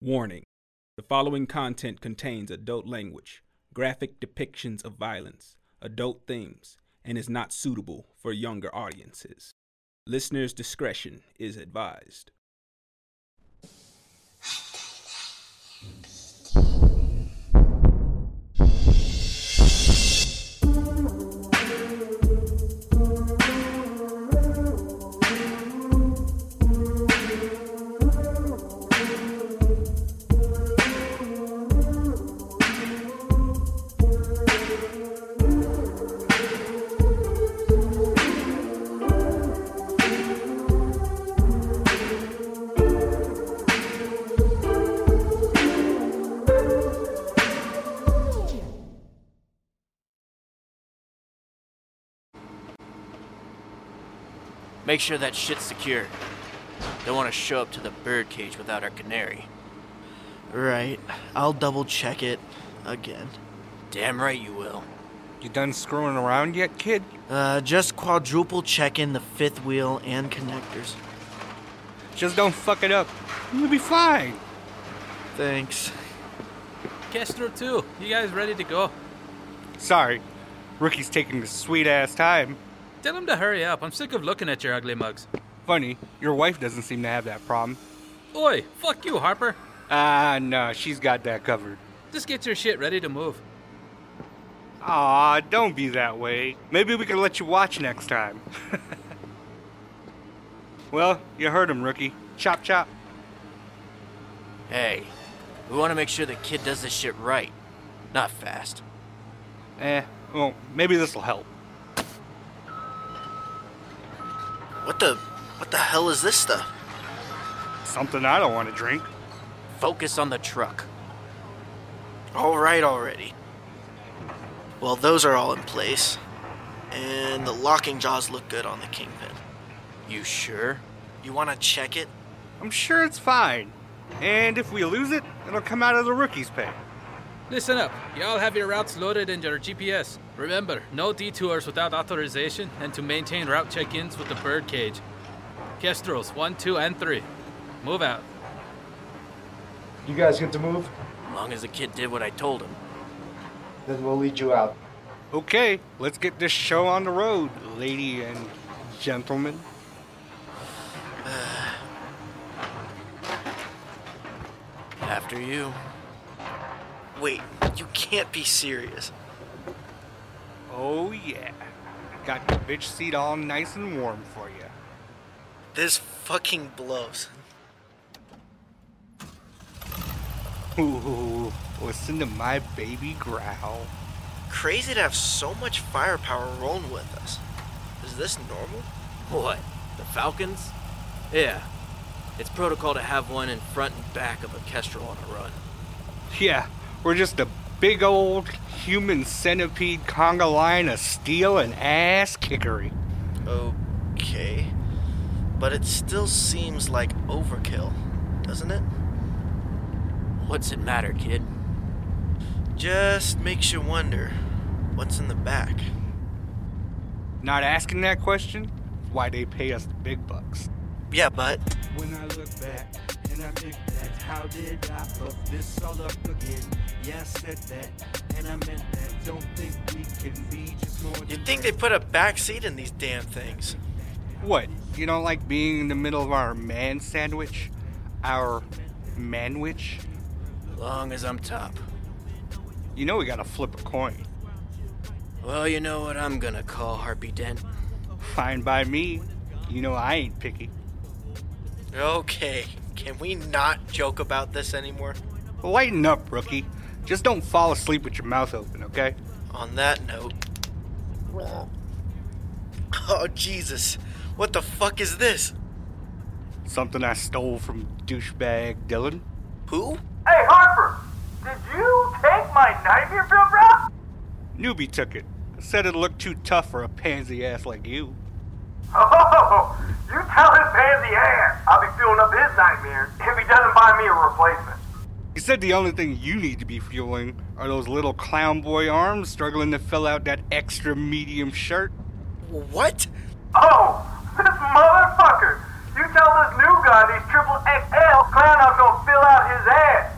Warning The following content contains adult language, graphic depictions of violence, adult themes, and is not suitable for younger audiences. Listener's discretion is advised. Make sure that shit's secure. Don't want to show up to the birdcage without our canary. Right. I'll double check it again. Damn right you will. You done screwing around yet, kid? Uh, just quadruple checking the fifth wheel and connectors. Just don't fuck it up. You'll be fine. Thanks. Kestro too. You guys ready to go? Sorry. Rookie's taking the sweet ass time. Tell him to hurry up. I'm sick of looking at your ugly mugs. Funny, your wife doesn't seem to have that problem. Oi, fuck you, Harper. Ah, no, she's got that covered. Just get your shit ready to move. Aw, don't be that way. Maybe we can let you watch next time. well, you heard him, Rookie. Chop chop. Hey, we want to make sure the kid does this shit right. Not fast. Eh, well, maybe this'll help. What the what the hell is this stuff? Something I don't want to drink. Focus on the truck. All right already. Well, those are all in place. And the locking jaws look good on the kingpin. You sure? You want to check it? I'm sure it's fine. And if we lose it, it'll come out of the rookie's pay. Listen up. Y'all have your routes loaded in your GPS. Remember, no detours without authorization and to maintain route check ins with the birdcage. Kestros, 1, 2, and 3. Move out. You guys get to move, As long as the kid did what I told him. then we'll lead you out. Okay, let's get this show on the road, lady and gentlemen. After you. Wait, you can't be serious. Oh yeah. Got the bitch seat all nice and warm for you. This fucking blows. Ooh, listen to my baby growl. Crazy to have so much firepower rolling with us. Is this normal? What? The Falcons? Yeah. It's protocol to have one in front and back of a Kestrel on a run. Yeah, we're just a big old human centipede conga line of steel and ass kickery. Okay. But it still seems like overkill, doesn't it? What's it matter, kid? Just makes you wonder what's in the back. Not asking that question? Why they pay us the big bucks. Yeah, but When I look back and I think back, how did I fuck this all up again? Yeah, I said that, and I meant that. Don't think we can be just more. you'd than think they put a back seat in these damn things. What? You don't like being in the middle of our man sandwich? Our manwich? Long as I'm top. You know we gotta flip a coin. Well, you know what I'm gonna call Harpy Dent. Fine by me. You know I ain't picky. Okay, can we not joke about this anymore? Lighten up, rookie. Just don't fall asleep with your mouth open, okay? On that note. Oh, Jesus. What the fuck is this? Something I stole from douchebag Dylan. Who? Hey, Harper! Did you take my nightmare film, bro? Newbie took it. Said it looked too tough for a pansy ass like you. Oh, you tell his pansy ass I'll be fueling up his nightmare if he doesn't buy me a replacement. He said the only thing you need to be fueling are those little clown boy arms struggling to fill out that extra medium shirt. What? Oh, this motherfucker! You tell this new guy these triple XL clown I'm gonna fill out his ass.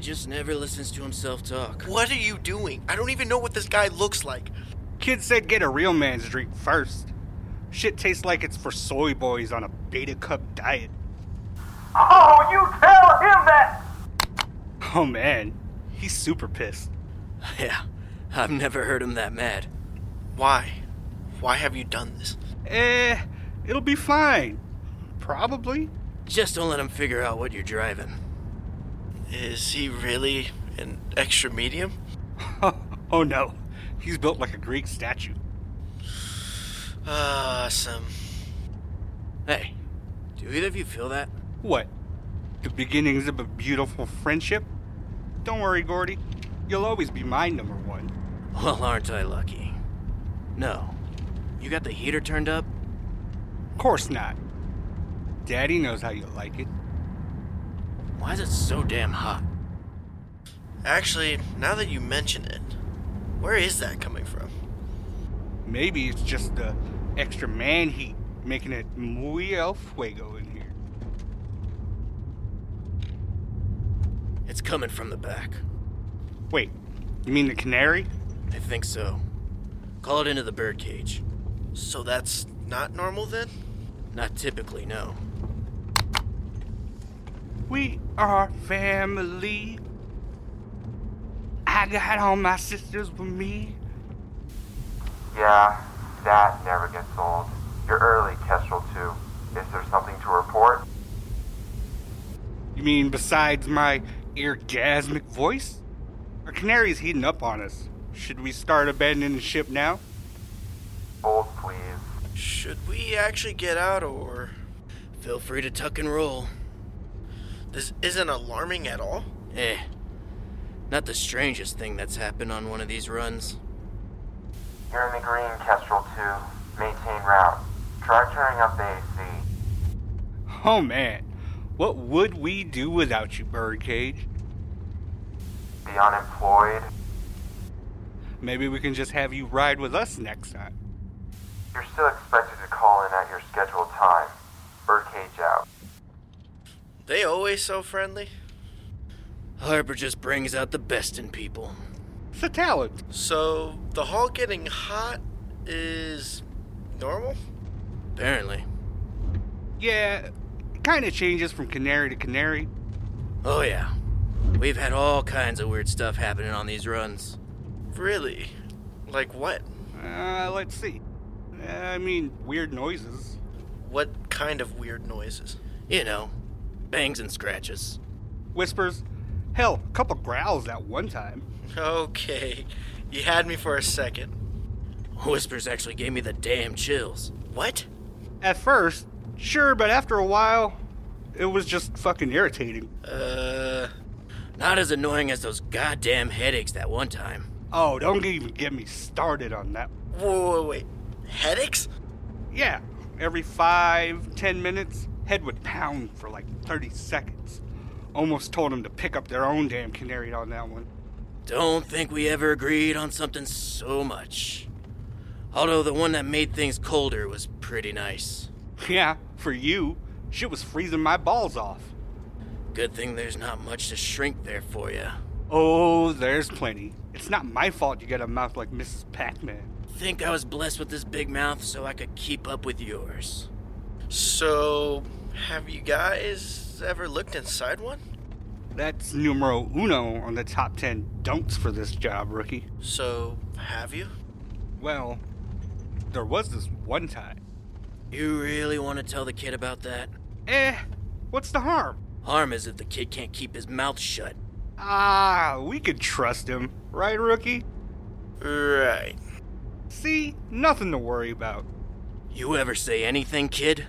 just never listens to himself talk. What are you doing? I don't even know what this guy looks like. Kid said get a real man's drink first. Shit tastes like it's for soy boys on a beta cup diet. Oh, you tell him that! Oh man, he's super pissed. Yeah, I've never heard him that mad. Why? Why have you done this? Eh, it'll be fine. Probably. Just don't let him figure out what you're driving. Is he really an extra medium? oh no, he's built like a Greek statue. Awesome. Hey, do either of you feel that? What? The beginnings of a beautiful friendship? Don't worry, Gordy. You'll always be my number one. Well, aren't I lucky? No. You got the heater turned up? Of course not. Daddy knows how you like it. Why is it so damn hot? Actually, now that you mention it, where is that coming from? Maybe it's just the extra man heat making it muy el fuego in here. It's coming from the back. Wait, you mean the canary? I think so. Call it into the birdcage. So that's not normal then? Not typically, no. We are family. I got all my sisters with me. Yeah, that never gets old. You're early, Kestrel 2. Is there something to report? You mean besides my orgasmic voice? Our canary's heating up on us. Should we start abandoning ship now? Hold, please. Should we actually get out or. Feel free to tuck and roll. This isn't alarming at all? Eh. Not the strangest thing that's happened on one of these runs. You're in the green, Kestrel 2. Maintain route. Try turning up the AC. Oh man, what would we do without you, Birdcage? Be unemployed. Maybe we can just have you ride with us next time. You're still expected to call in at your scheduled time. Birdcage out. They always so friendly. Harper just brings out the best in people. It's a talent. So the hall getting hot is normal? Apparently. Yeah, it kind of changes from canary to canary. Oh, yeah. We've had all kinds of weird stuff happening on these runs. Really? Like what? Uh, let's see. Uh, I mean, weird noises. What kind of weird noises? You know, bangs and scratches. Whispers. Hell, a couple growls at one time. Okay, you had me for a second. Whispers actually gave me the damn chills. What? At first, sure, but after a while, it was just fucking irritating. Uh, Not as annoying as those goddamn headaches that one time. Oh, don't even get me started on that. whoa, whoa, wait. Headaches? Yeah, every five, ten minutes, head would pound for like 30 seconds. Almost told him to pick up their own damn canary on that one. Don't think we ever agreed on something so much. Although the one that made things colder was pretty nice. Yeah, for you, shit was freezing my balls off. Good thing there's not much to shrink there for you. Oh, there's plenty. It's not my fault you got a mouth like Mrs. Pac Man. Think I was blessed with this big mouth so I could keep up with yours. So, have you guys ever looked inside one? That's numero uno on the top 10 don'ts for this job, rookie. So, have you? Well, there was this one time. You really want to tell the kid about that? Eh, what's the harm? Harm is if the kid can't keep his mouth shut. Ah, we could trust him, right, rookie? Right. See, nothing to worry about. You ever say anything, kid?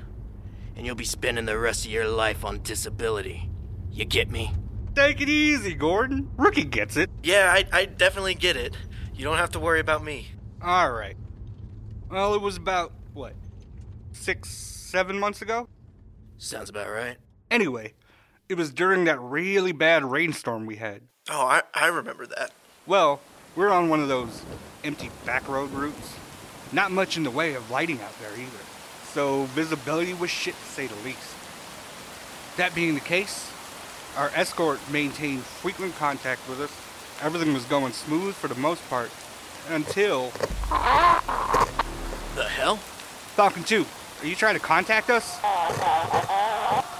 And you'll be spending the rest of your life on disability. You get me? Take it easy, Gordon. Rookie gets it. Yeah, I, I definitely get it. You don't have to worry about me. All right. Well, it was about, what, six, seven months ago? Sounds about right. Anyway, it was during that really bad rainstorm we had. Oh, I, I remember that. Well, we're on one of those empty back road routes. Not much in the way of lighting out there either. So visibility was shit to say the least. That being the case, Our escort maintained frequent contact with us. Everything was going smooth for the most part. Until. The hell? Falcon 2, are you trying to contact us?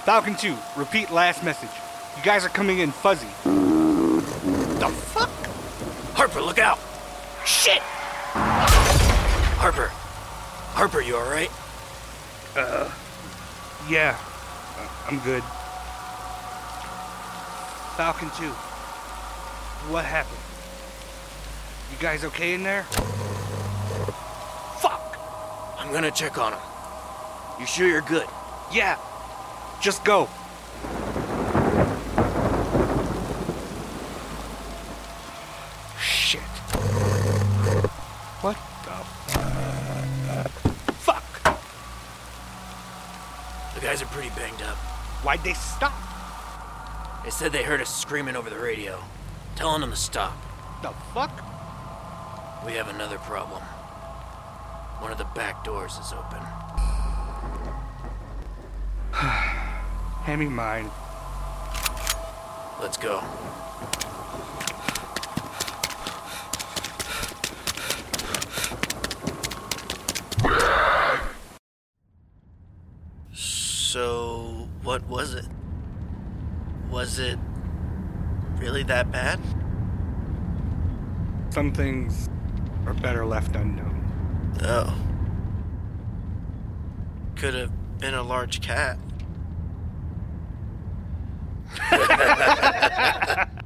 Falcon 2, repeat last message. You guys are coming in fuzzy. The fuck? Harper, look out! Shit! Harper. Harper, you alright? Uh. Yeah. I'm good. Falcon 2, what happened? You guys okay in there? Fuck! I'm gonna check on him. You sure you're good? Yeah. Just go. Shit. What the fuck? The guys are pretty banged up. Why'd they stop? They said they heard us screaming over the radio, telling them to stop. The fuck? We have another problem. One of the back doors is open. Hand me mine. Let's go. So, what was it? Was it really that bad? Some things are better left unknown. Oh. Could have been a large cat.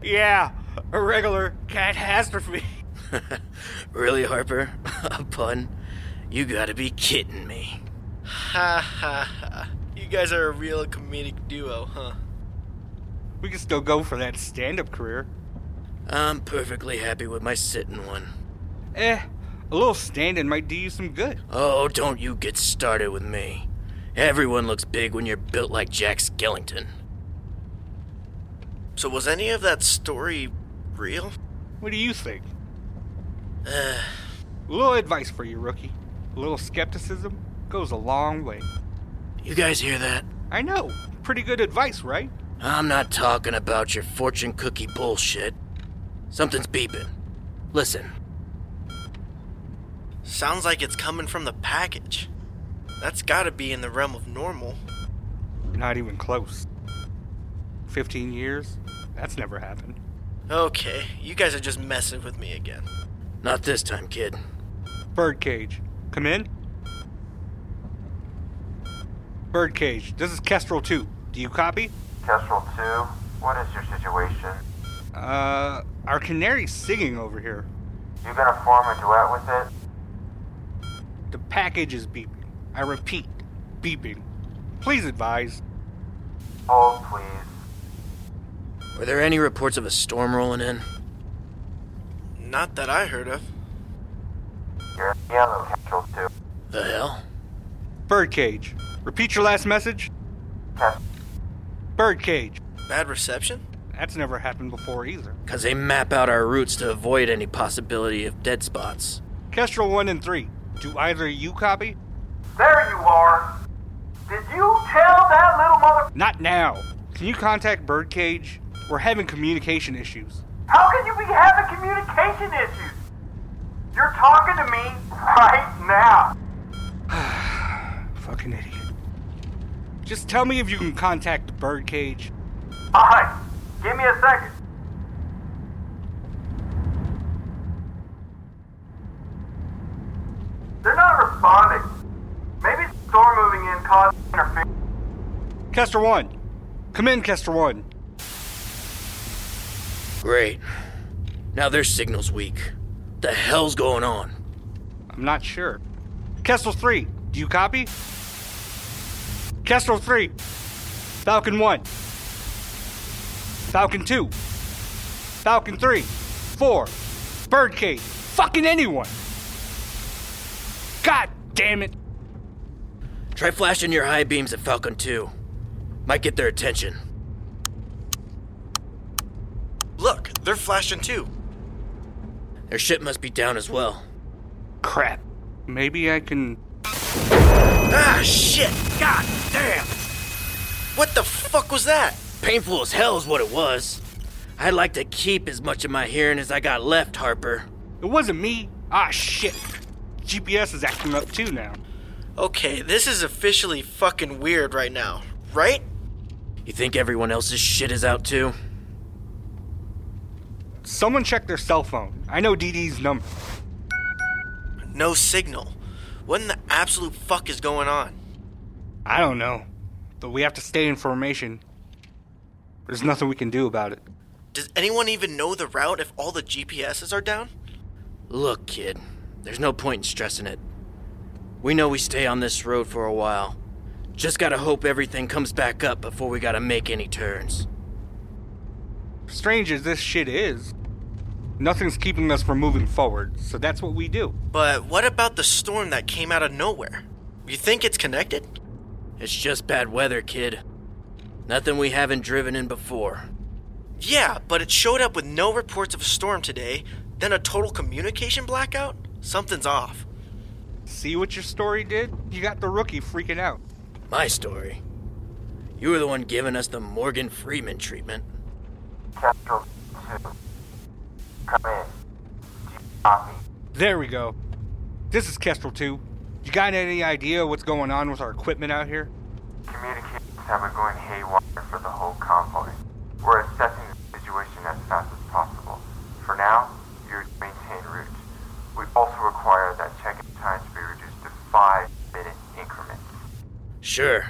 Yeah, a regular catastrophe. Really, Harper? A pun? You gotta be kidding me. Ha ha ha. You guys are a real comedic duo, huh? We can still go for that stand up career. I'm perfectly happy with my sitting one. Eh, a little standing might do you some good. Oh, don't you get started with me. Everyone looks big when you're built like Jack Skellington. So, was any of that story real? What do you think? a little advice for you, rookie. A little skepticism goes a long way. You guys hear that? I know. Pretty good advice, right? I'm not talking about your fortune cookie bullshit. Something's beeping. Listen, Sounds like it's coming from the package. That's gotta be in the realm of normal. Not even close. 15 years? That's never happened. Okay, you guys are just messing with me again. not this time, kid. Birdcage, come in. Birdcage, this is Kestrel 2. Do you copy? Kestrel 2, what is your situation? Uh, our canary's singing over here. You gonna form a duet with it? The package is beeping. I repeat, beeping. Please advise. Hold, please. Were there any reports of a storm rolling in? Not that I heard of. You're in yellow, Kestrel 2. The hell? Birdcage, repeat your last message. Kestrel, Birdcage, Bad reception? that's never happened before either. 'Cause they map out our routes to avoid any possibility of dead spots. Kestrel 1 and 3, do either of you copy? There you are. Did you tell that little mother? Not now. Can you contact Birdcage? We're having communication issues. How can you be having communication issues? You're talking to me right now. Fucking idiot. Just tell me if you can contact Birdcage. Alright, give me a second. They're not responding. Maybe the storm moving in caused interference. Kester 1, come in, Kester 1. Great. Now their signal's weak. The hell's going on? I'm not sure. Kestrel 3, do you copy? Kestrel 3, Falcon 1, Falcon 2, Falcon 3, 4, Birdcage, fucking anyone! God damn it! Try flashing your high beams at Falcon 2. Might get their attention. Look, they're flashing too. Their ship must be down as well. Crap. Maybe I can. Ah, shit! God damn! What the fuck was that? Painful as hell is what it was. I'd like to keep as much of my hearing as I got left, Harper. It wasn't me. Ah, shit. GPS is acting up too now. Okay, this is officially fucking weird right now, right? You think everyone else's shit is out too? Someone check their cell phone. I know DD's number. No signal. What in the absolute fuck is going on? I don't know. But we have to stay in formation. There's nothing we can do about it. Does anyone even know the route if all the GPSs are down? Look, kid, there's no point in stressing it. We know we stay on this road for a while. Just gotta hope everything comes back up before we gotta make any turns. Strange as this shit is, nothing's keeping us from moving forward, so that's what we do. But what about the storm that came out of nowhere? You think it's connected? It's just bad weather, kid. Nothing we haven't driven in before. Yeah, but it showed up with no reports of a storm today, then a total communication blackout? Something's off. See what your story did? You got the rookie freaking out. My story. You were the one giving us the Morgan Freeman treatment. Kestrel 2. Come in. Do you copy? There we go. This is Kestrel 2. You got any idea what's going on with our equipment out here? Communications have been going haywire for the whole convoy. We're assessing the situation as fast as possible. For now, you maintain route. We also require that check-in time to be reduced to five-minute increments. Sure,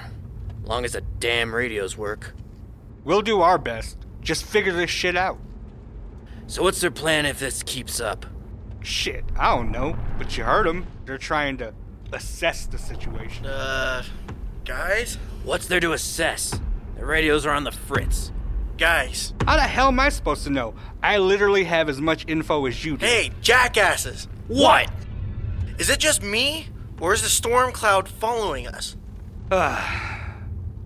long as the damn radios work. We'll do our best. Just figure this shit out. So, what's their plan if this keeps up? Shit, I don't know, but you heard them. They're trying to assess the situation. Uh, guys? What's there to assess? The radios are on the fritz. Guys. How the hell am I supposed to know? I literally have as much info as you do. Hey, jackasses! What? Is it just me? Or is the storm cloud following us?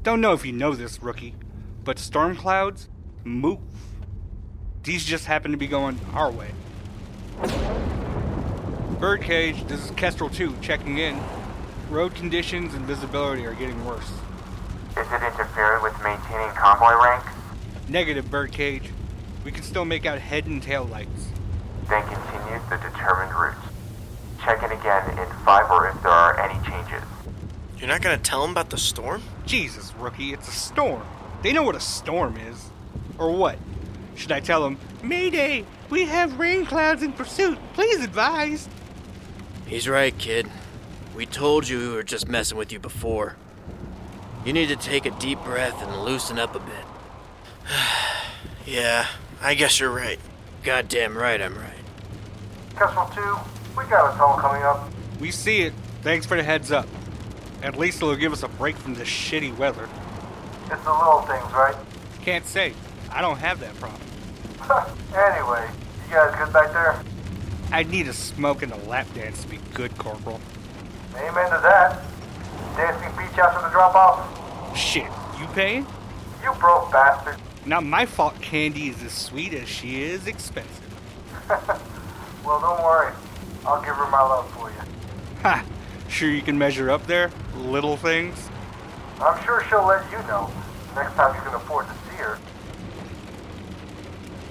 Don't know if you know this, rookie, but storm clouds move. These just happen to be going our way. Birdcage, this is Kestrel 2 checking in. Road conditions and visibility are getting worse. Is it interfering with maintaining convoy rank? Negative, Birdcage. We can still make out head and tail lights. Then continue the determined route. Check in again in five or if there are any changes. You're not gonna tell them about the storm? Jesus, rookie, it's a storm. They know what a storm is. Or what? Should I tell them, Mayday, we have rain clouds in pursuit. Please advise. He's right, kid. We told you we were just messing with you before. You need to take a deep breath and loosen up a bit. Yeah, I guess you're right. Goddamn right, I'm right. Kestrel 2, we got a toll coming up. We see it. Thanks for the heads up. At least it'll give us a break from this shitty weather. It's the little things, right? Can't say. I don't have that problem. anyway, you guys good back there? I need a smoke and a lap dance to be good, Corporal. Amen to that. Dancing beach after the drop off? Shit, you paying? You broke bastard. Not my fault Candy is as sweet as she is expensive. Well, don't worry. I'll give her my love for you. Ha! Sure you can measure up there, little things? I'm sure she'll let you know next time you can afford to see her.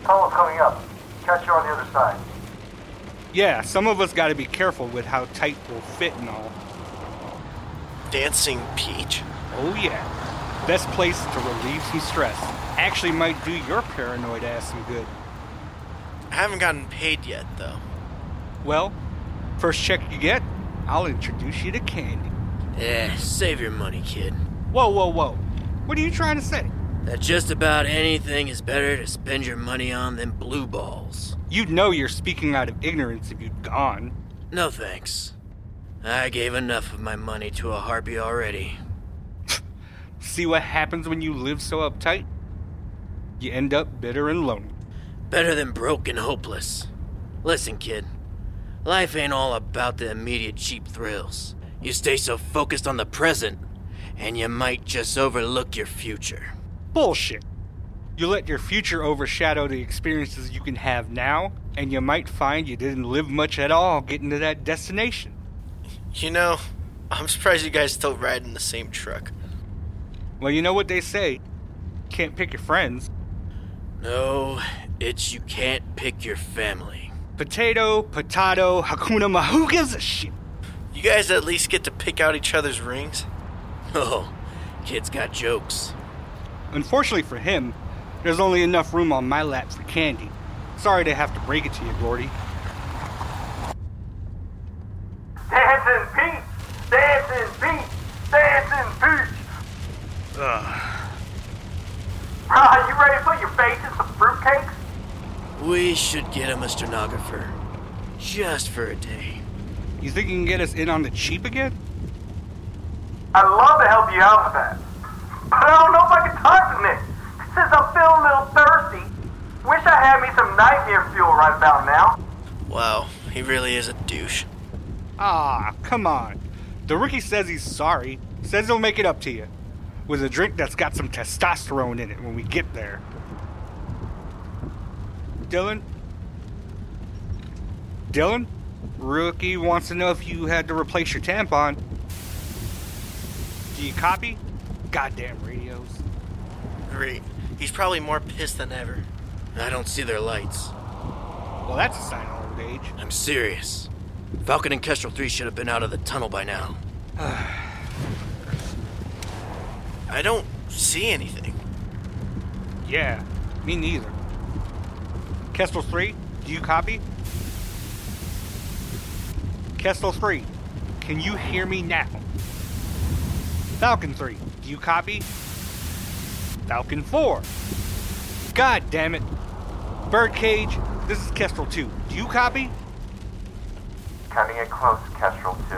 Tunnel's coming up. Catch you on the other side. Yeah, some of us gotta be careful with how tight we'll fit and all. Dancing Peach? Oh yeah. Best place to relieve some stress. Actually might do your paranoid ass some good. I haven't gotten paid yet, though. Well, first check you get, I'll introduce you to Candy. Eh, save your money, kid. Whoa, whoa, whoa. What are you trying to say? That just about anything is better to spend your money on than blue balls. You'd know you're speaking out of ignorance if you'd gone. No thanks. I gave enough of my money to a harpy already. See what happens when you live so uptight? You end up bitter and lonely. Better than broke and hopeless. Listen, kid. Life ain't all about the immediate cheap thrills. You stay so focused on the present, and you might just overlook your future. Bullshit. You let your future overshadow the experiences you can have now, and you might find you didn't live much at all getting to that destination. You know, I'm surprised you guys still ride in the same truck. Well, you know what they say can't pick your friends. No, it's you can't pick your family. Potato, potato, hakuna ma. Who gives a shit? You guys at least get to pick out each other's rings? Oh, kid's got jokes. Unfortunately for him, there's only enough room on my lap for candy. Sorry to have to break it to you, Gordy. Dance in peace! Dance in peace! Dance in peace! Bruh, you ready to put your face in some fruitcakes? We should get him a stenographer. Just for a day. You think you can get us in on the cheap again? I'd love to help you out with that. But I don't know if I can talk to Nick. Since I'm feeling a little thirsty, wish I had me some nightmare fuel right about now. Wow, he really is a douche. Ah, come on. The rookie says he's sorry, says he'll make it up to you. With a drink that's got some testosterone in it when we get there. Dylan? Dylan? Rookie wants to know if you had to replace your tampon. Do you copy? Goddamn radios. Great. He's probably more pissed than ever. I don't see their lights. Well, that's a sign of old age. I'm serious. Falcon and Kestrel 3 should have been out of the tunnel by now. I don't see anything. Yeah, me neither. Kestrel 3, do you copy? Kestrel 3, can you hear me now? Falcon 3, do you copy? Falcon 4. God damn it. Birdcage, this is Kestrel 2. Do you copy? Cutting it close, Kestrel 2.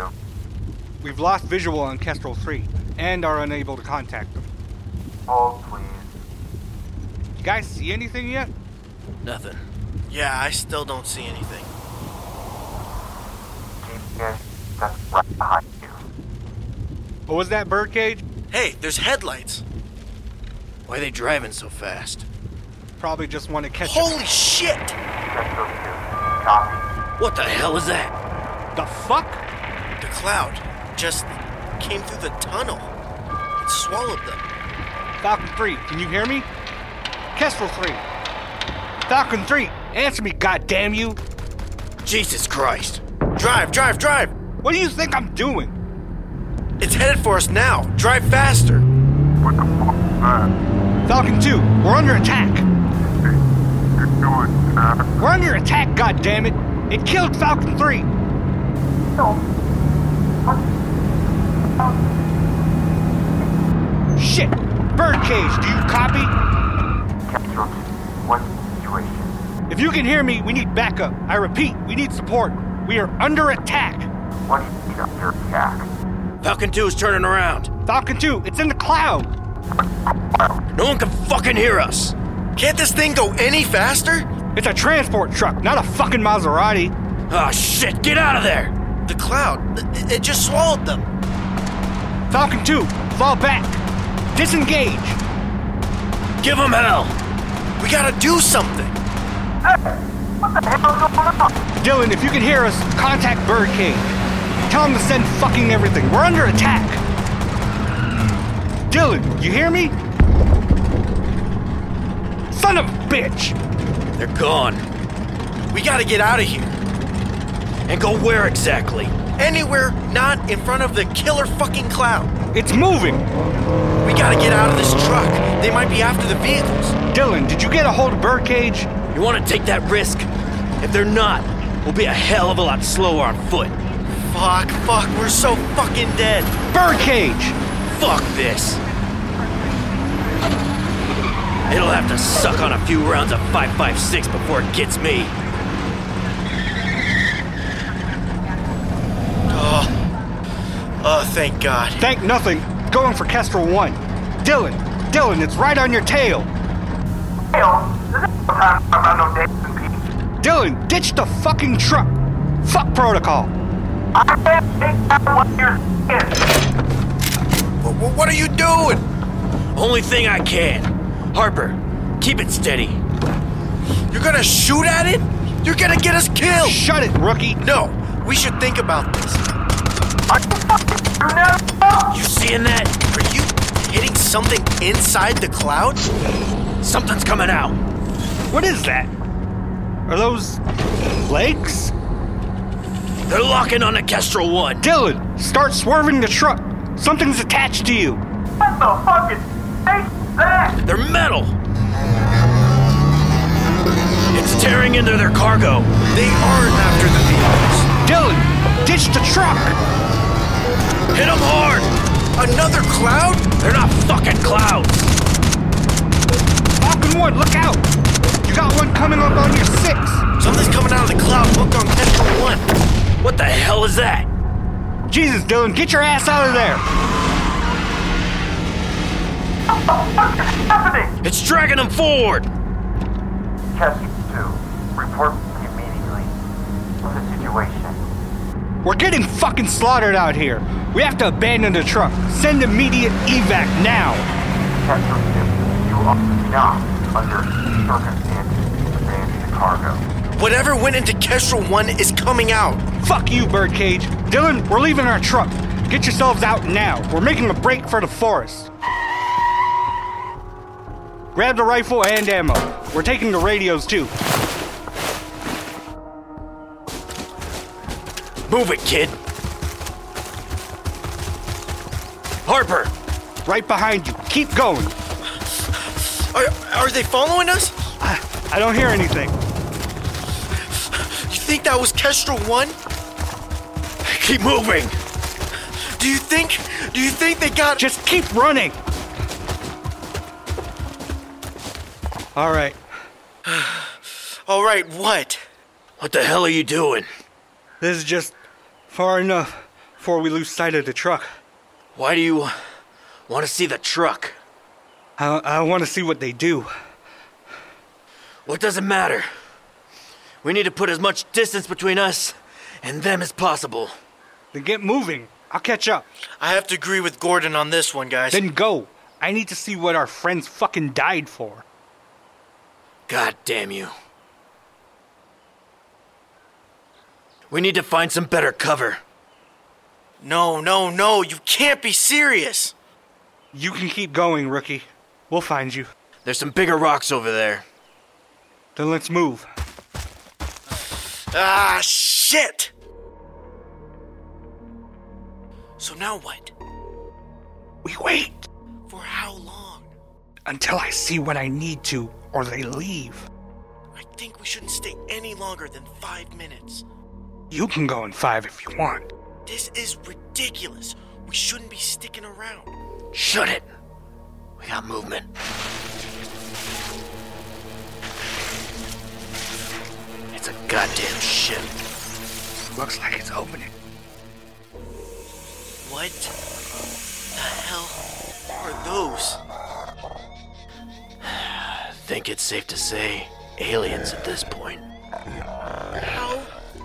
We've lost visual on Kestrel 3 and are unable to contact them. Oh, Hold, please. You guys see anything yet? Nothing. Yeah, I still don't see anything. GPS that's right behind you. What was that birdcage? Hey, there's headlights. Why are they driving so fast? Probably just want to catch up. Holy shit! Kestrel 2, copy. What the hell is that? The fuck? The cloud just came through the tunnel. It swallowed them. Falcon 3, can you hear me? Kestrel 3. Falcon 3, answer me, goddamn you. Jesus Christ! Drive, drive, drive! What do you think I'm doing? It's headed for us now. Drive faster. What the fuck is that? Falcon 2, we're under attack. You're doing that? We're under attack, goddamn it! It killed Falcon 3. Shit! Birdcage, do you copy? Kestrel 2, what's the situation? If you can hear me, we need backup. I repeat, we need support. We are under attack. What do you mean under attack? Falcon 2 is turning around. Falcon 2, it's in the cloud. No one can fucking hear us! Can't this thing go any faster? It's a transport truck, not a fucking Maserati. Ah, shit, get out of there! The cloud, it, it just swallowed them. Falcon 2, fall back. Disengage. Give them hell! We gotta do something. Dylan, if you can hear us, contact Birdcage. Tell him to send fucking everything. We're under attack. Dylan, you hear me? Son of a bitch! They're gone. We gotta get out of here. And go where exactly? Anywhere not in front of the killer fucking cloud. It's moving! We gotta get out of this truck. They might be after the vehicles. Dylan, did you get a hold of Birdcage? You wanna take that risk? If they're not, we'll be a hell of a lot slower on foot. Fuck, fuck, we're so fucking dead. Birdcage! Fuck this! It'll have to suck on a few rounds of 5.56 before it gets me. Oh, thank God. Thank nothing. Going for Kestrel 1. Dylan, Dylan, it's right on your tail. Hell, this ain't no time for about no dance in peace. Dylan, ditch the fucking truck. Fuck protocol. I can't take down one of your skins. Wh- What are you doing? Only thing I can. Harper, keep it steady. You're gonna shoot at it? You're gonna get us killed! Shut it, rookie. No, we should think about this. Are you fucking you now? You seeing that? Are you hitting something inside the cloud? Something's coming out. What is that? Are those legs? They're locking on a Kestrel 1. Dylan, start swerving the truck. Something's attached to you. What the fuck is ain't that? They're metal. It's tearing into their cargo. They aren't after the vehicles. Dylan, ditch the truck. Hit them hard. Another cloud? They're not fucking clouds. Falcon 1, look out. You got one coming up on your six. Something's coming out of the cloud booked on Kestrel 1. What the hell is that? Jesus, Dylan, get your ass out of there. What the fuck is happening? It's dragging them forward. Kestrel 2, report immediately. The situation. We're getting fucking slaughtered out here. We have to abandon the truck. Send immediate evac now. Kestrel 2, you are not under any circumstances to abandon the cargo. Whatever went into Kestrel 1 is coming out. Fuck you, Birdcage. Dylan, we're leaving our truck. Get yourselves out now. We're making a break for the forest. Grab the rifle and ammo. We're taking the radios too. Move it, kid. Harper, Right behind you. Keep going. Are, are they following us? I don't hear anything. You think that was Kestrel 1? keep moving. Do you think? Do you think they got. Just keep running. All right. Alright, what? What the hell are you doing? This is just far enough before we lose sight of the truck. Why do you want to see the truck? I, I want to see what they do. Well, it doesn't matter. We need to put as much distance between us and them as possible. Then get moving. I'll catch up. I have to agree with Gordon on this one, guys. Then go. I need to see what our friends fucking died for. God damn you. We need to find some better cover. No, no, no, you can't be serious. You can keep going, rookie. We'll find you. There's some bigger rocks over there. Then let's move. Ah, shit! So now what? We wait For how long? until I see what I need to, or they leave. I think we shouldn't stay any longer than five minutes. You can go in five if you want. This is ridiculous. We shouldn't be sticking around. Shut it. We got movement. It's a goddamn ship. Looks like it's opening. What the hell are those? I think it's safe to say aliens at this point. How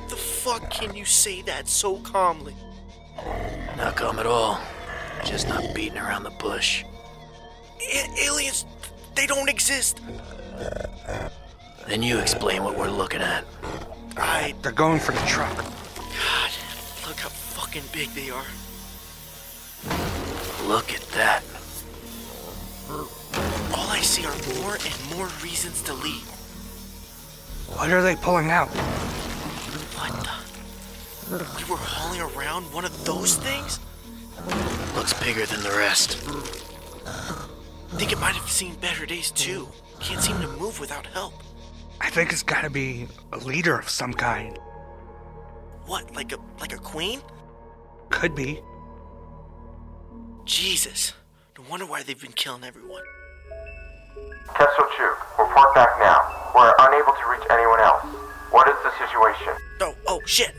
the fuck can you say that so calmly? Not calm at all. Just not beating around the bush. A- aliens, they don't exist. Then you explain what we're looking at. I They're going for the truck. God, look how fucking big they are. Look at that. All I see are more and more reasons to leave. What are they pulling out? What the? We were hauling around one of those things? Looks bigger than the rest. Think it might have seen better days too. Can't seem to move without help. I think it's gotta be a leader of some kind. What, like a like a queen? Could be. Jesus. No wonder why they've been killing everyone. Kestrel 2, report back now. We're unable to reach anyone else. What is the situation? Oh, oh shit.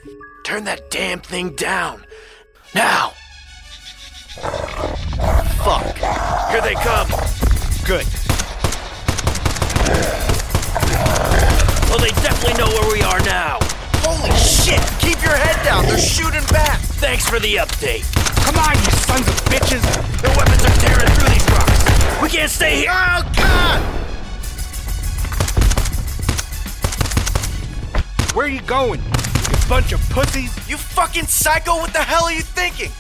Turn that damn thing down. Now! Fuck. Here they come! Good. Well, they definitely know where we are now. Holy shit. Keep your head down. They're shooting back. Thanks for the update. Come on, you sons of bitches! Their weapons are tearing through these rocks. We can't stay here. Oh god. Where are you going? You bunch of pussies! You fucking psycho. What the hell are you thinking?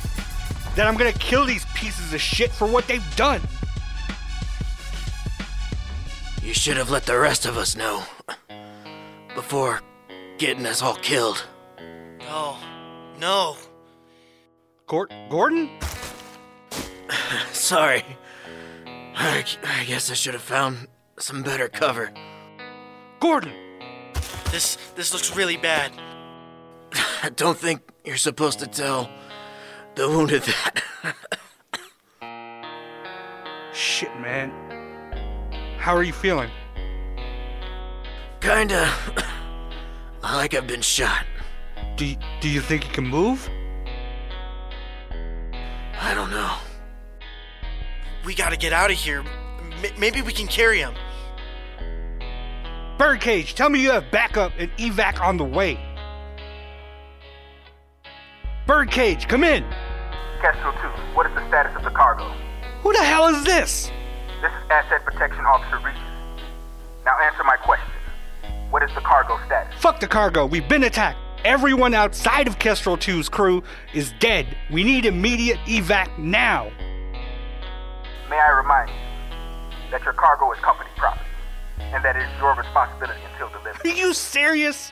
Then I'm gonna kill these pieces of shit for what they've done! You should have let the rest of us know. Before getting us all killed. No. Oh, No. Gor- Gordon? Sorry. I, I guess I should have found some better cover. Gordon! This this looks really bad. I don't think you're supposed to tell the wounded that. Shit, man. How are you feeling? Kinda like I've been shot. Do you, do you think you can move? I don't know. We gotta get out of here. M- maybe we can carry him. Birdcage, tell me you have backup and evac on the way. Birdcage, come in. Kestrel 2, what is the status of the cargo? Who the hell is this? This is Asset Protection Officer Regis. Now answer my question. What is the cargo status? Fuck the cargo. We've been attacked. Everyone outside of Kestrel 2's crew is dead. We need immediate evac now. May I remind you that your cargo is company property, and that it is your responsibility until Are delivered. you serious?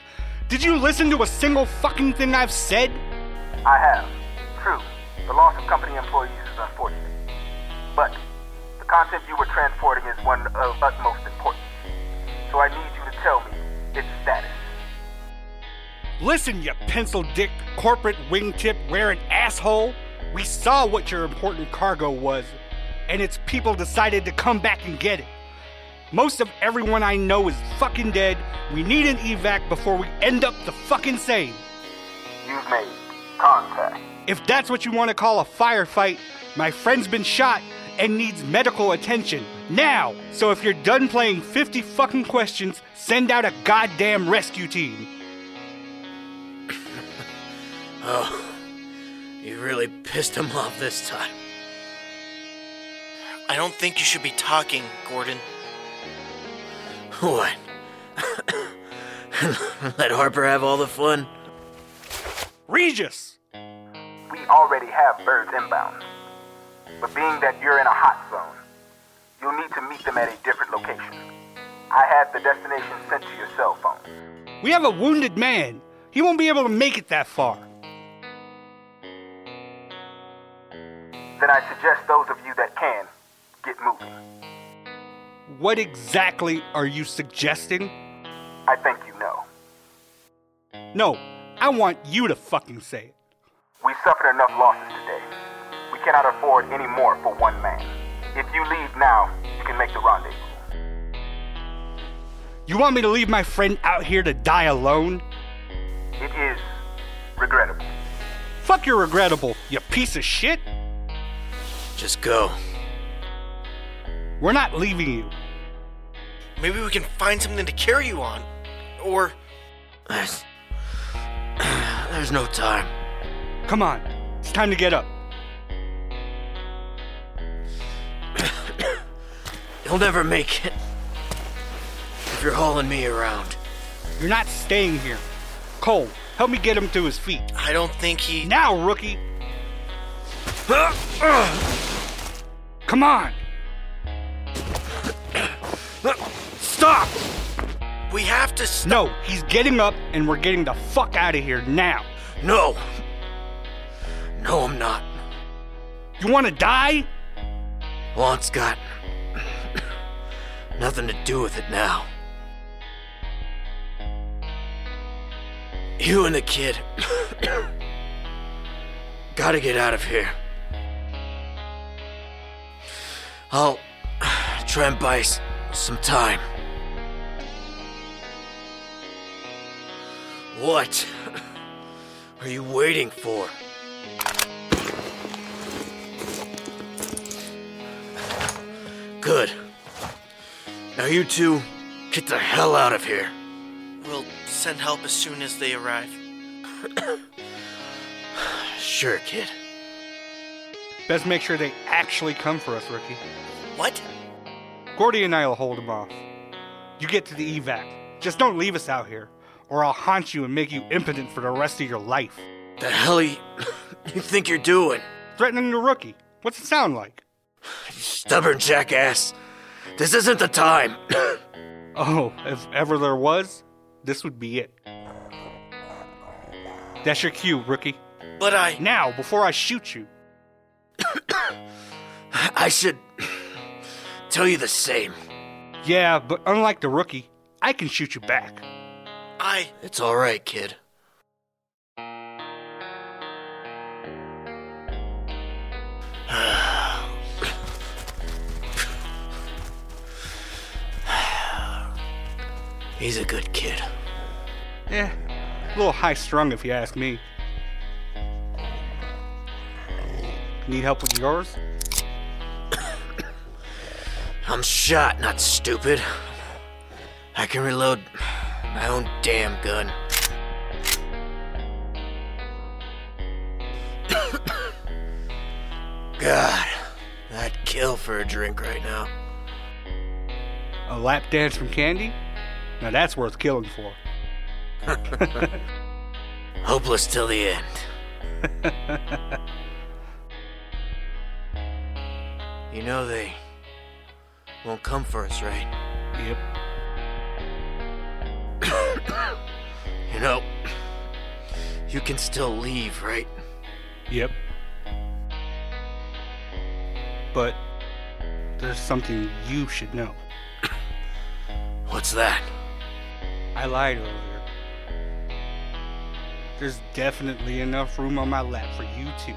Did you listen to a single fucking thing I've said? I have. True, the loss of company employees is unfortunate. But the content you were transporting is one of utmost importance. So I need you to tell me its status. Listen, you pencil dick, corporate wingtip wearing asshole. We saw what your important cargo was, and its people decided to come back and get it. Most of everyone I know is fucking dead. We need an evac before we end up the fucking same. You've made contact. If that's what you want to call a firefight, my friend's been shot and needs medical attention now. So if you're done playing 50 fucking questions, send out a goddamn rescue team. Oh, you really pissed him off this time. I don't think you should be talking, Gordon. What? Let Harper have all the fun? Regis! We already have birds inbound. But being that you're in a hot zone, you'll need to meet them at a different location. I had the destination sent to your cell phone. We have a wounded man. He won't be able to make it that far. Then I suggest those of you that can get moving. What exactly are you suggesting? I think you know. No, I want you to fucking say it. We suffered enough losses today. We cannot afford any more for one man. If you leave now, you can make the rendezvous. You want me to leave my friend out here to die alone? It is regrettable. Fuck you're regrettable, you piece of shit. Just go. We're not leaving you. Maybe we can find something to carry you on. Or There's, there's no time. Come on, it's time to get up. You'll never make it. If you're hauling me around. You're not staying here. Cole, help me get him to his feet. I don't think he Now, rookie! Come on! Stop! we have to s- No, he's getting up and we're getting the fuck out of here now. No! No, I'm not. You wanna die? Juan's got nothing to do with it now. You and the kid gotta get out of here. I'll try and buy s- some time. What are you waiting for? Good. Now you two, get the hell out of here. will send help as soon as they arrive. Sure, kid. Best make sure they actually come for us, rookie. What? Gordy and I'll hold him off. You get to the evac. Just don't leave us out here, or I'll haunt you and make you impotent for the rest of your life. The hell you, you think you're doing? Threatening the rookie. What's it sound like? Stubborn jackass. This isn't the time. Oh, if ever there was, this would be it. That's your cue, rookie. but I. Now, before I shoot you. I should. tell you the same. Yeah, but unlike the rookie, I can shoot you back. I. It's alright, kid. He's a good kid. Eh, a little high strung if you ask me. Need help with yours? I'm shot, not stupid. I can reload my own damn gun. God, I'd kill for a drink right now. A lap dance from Candy? Now that's worth killing for. Hopeless till the end. you know they won't come for us, right? Yep. You know, you can still leave, right? Yep. But there's something you should know. What's that? I lied earlier. There's definitely enough room on my lap for you two.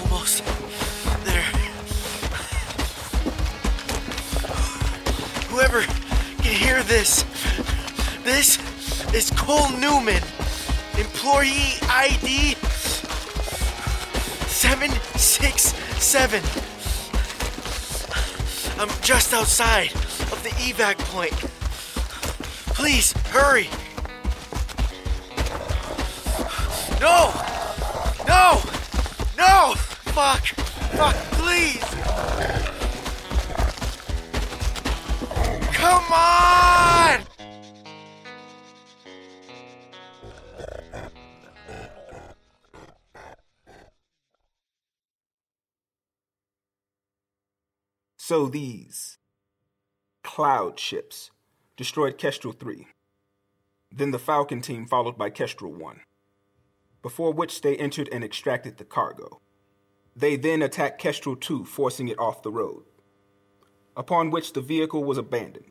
Almost. There. Whoever can hear this, this is Cole Newman, employee ID 767. I'm just outside of the evac point. Please hurry. No! No! No! Fuck! Fuck, please! Come on! So these cloud ships destroyed Kestrel 3, then the Falcon team followed by Kestrel 1, before which they entered and extracted the cargo. They then attacked Kestrel 2, forcing it off the road, upon which the vehicle was abandoned.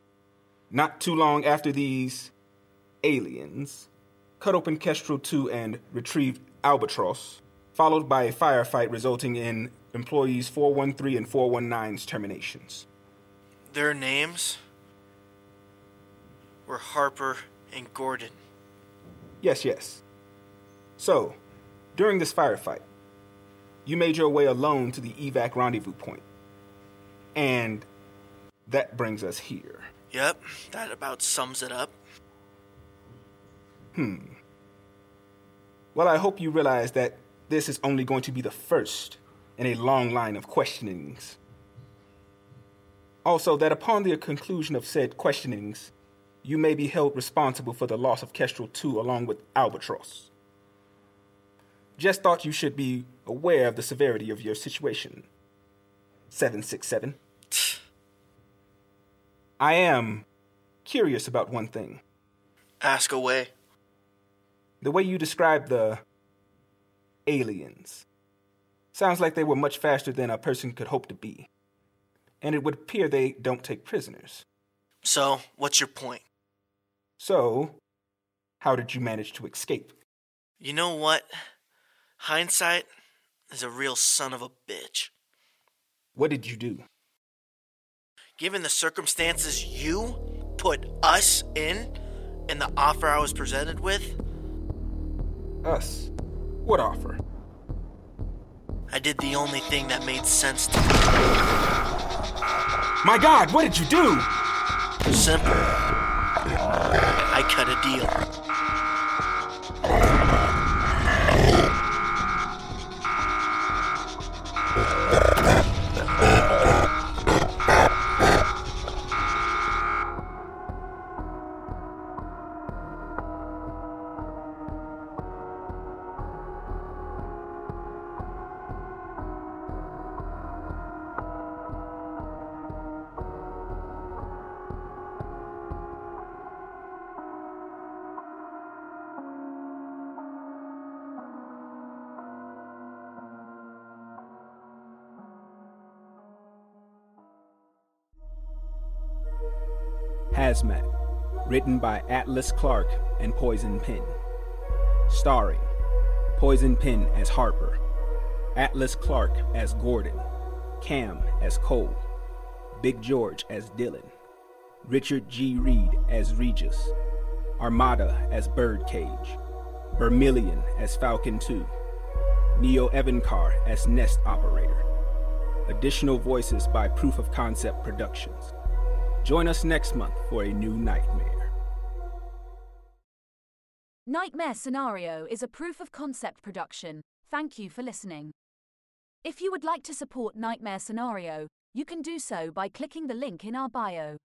Not too long after these aliens cut open Kestrel 2 and retrieved Albatross, followed by a firefight resulting in employees 413 and 419's terminations. Their names were Harper and Gordon. Yes, yes. So, during this firefight, you made your way alone to the evac rendezvous point. And that brings us here. Yep, that about sums it up. Well, I hope you realize that this is only going to be the first in a long line of questionings. Also, that upon the conclusion of said questionings, you may be held responsible for the loss of Kestrel 2 along with Albatross. Just thought you should be aware of the severity of your situation. 767. I am curious about one thing Ask away. the way you describe the aliens sounds like they were much faster than a person could hope to be. And it would appear they don't take prisoners. So, what's your point? So, how did you manage to escape? You know what? Hindsight is a real son of a bitch. What did you do? Given the circumstances you put us in and the offer I was presented with, Us. What offer? I did the only thing that made sense to me. My god, what did you do? Simple. I cut a deal. Hazmat, written by Atlas Clark and Poison Pen. Starring Poison Pen as Harper, Atlas Clark as Gordon, Cam as Cole, Big George as Dylan, Richard G. Reed as Regis, Armada as Birdcage, Vermilion as Falcon 2, Neo Evankar as Nest Operator. Additional voices by Proof of Concept Productions. Join us next month for a new nightmare. Nightmare Scenario is a proof of concept production. Thank you for listening. If you would like to support Nightmare Scenario, you can do so by clicking the link in our bio.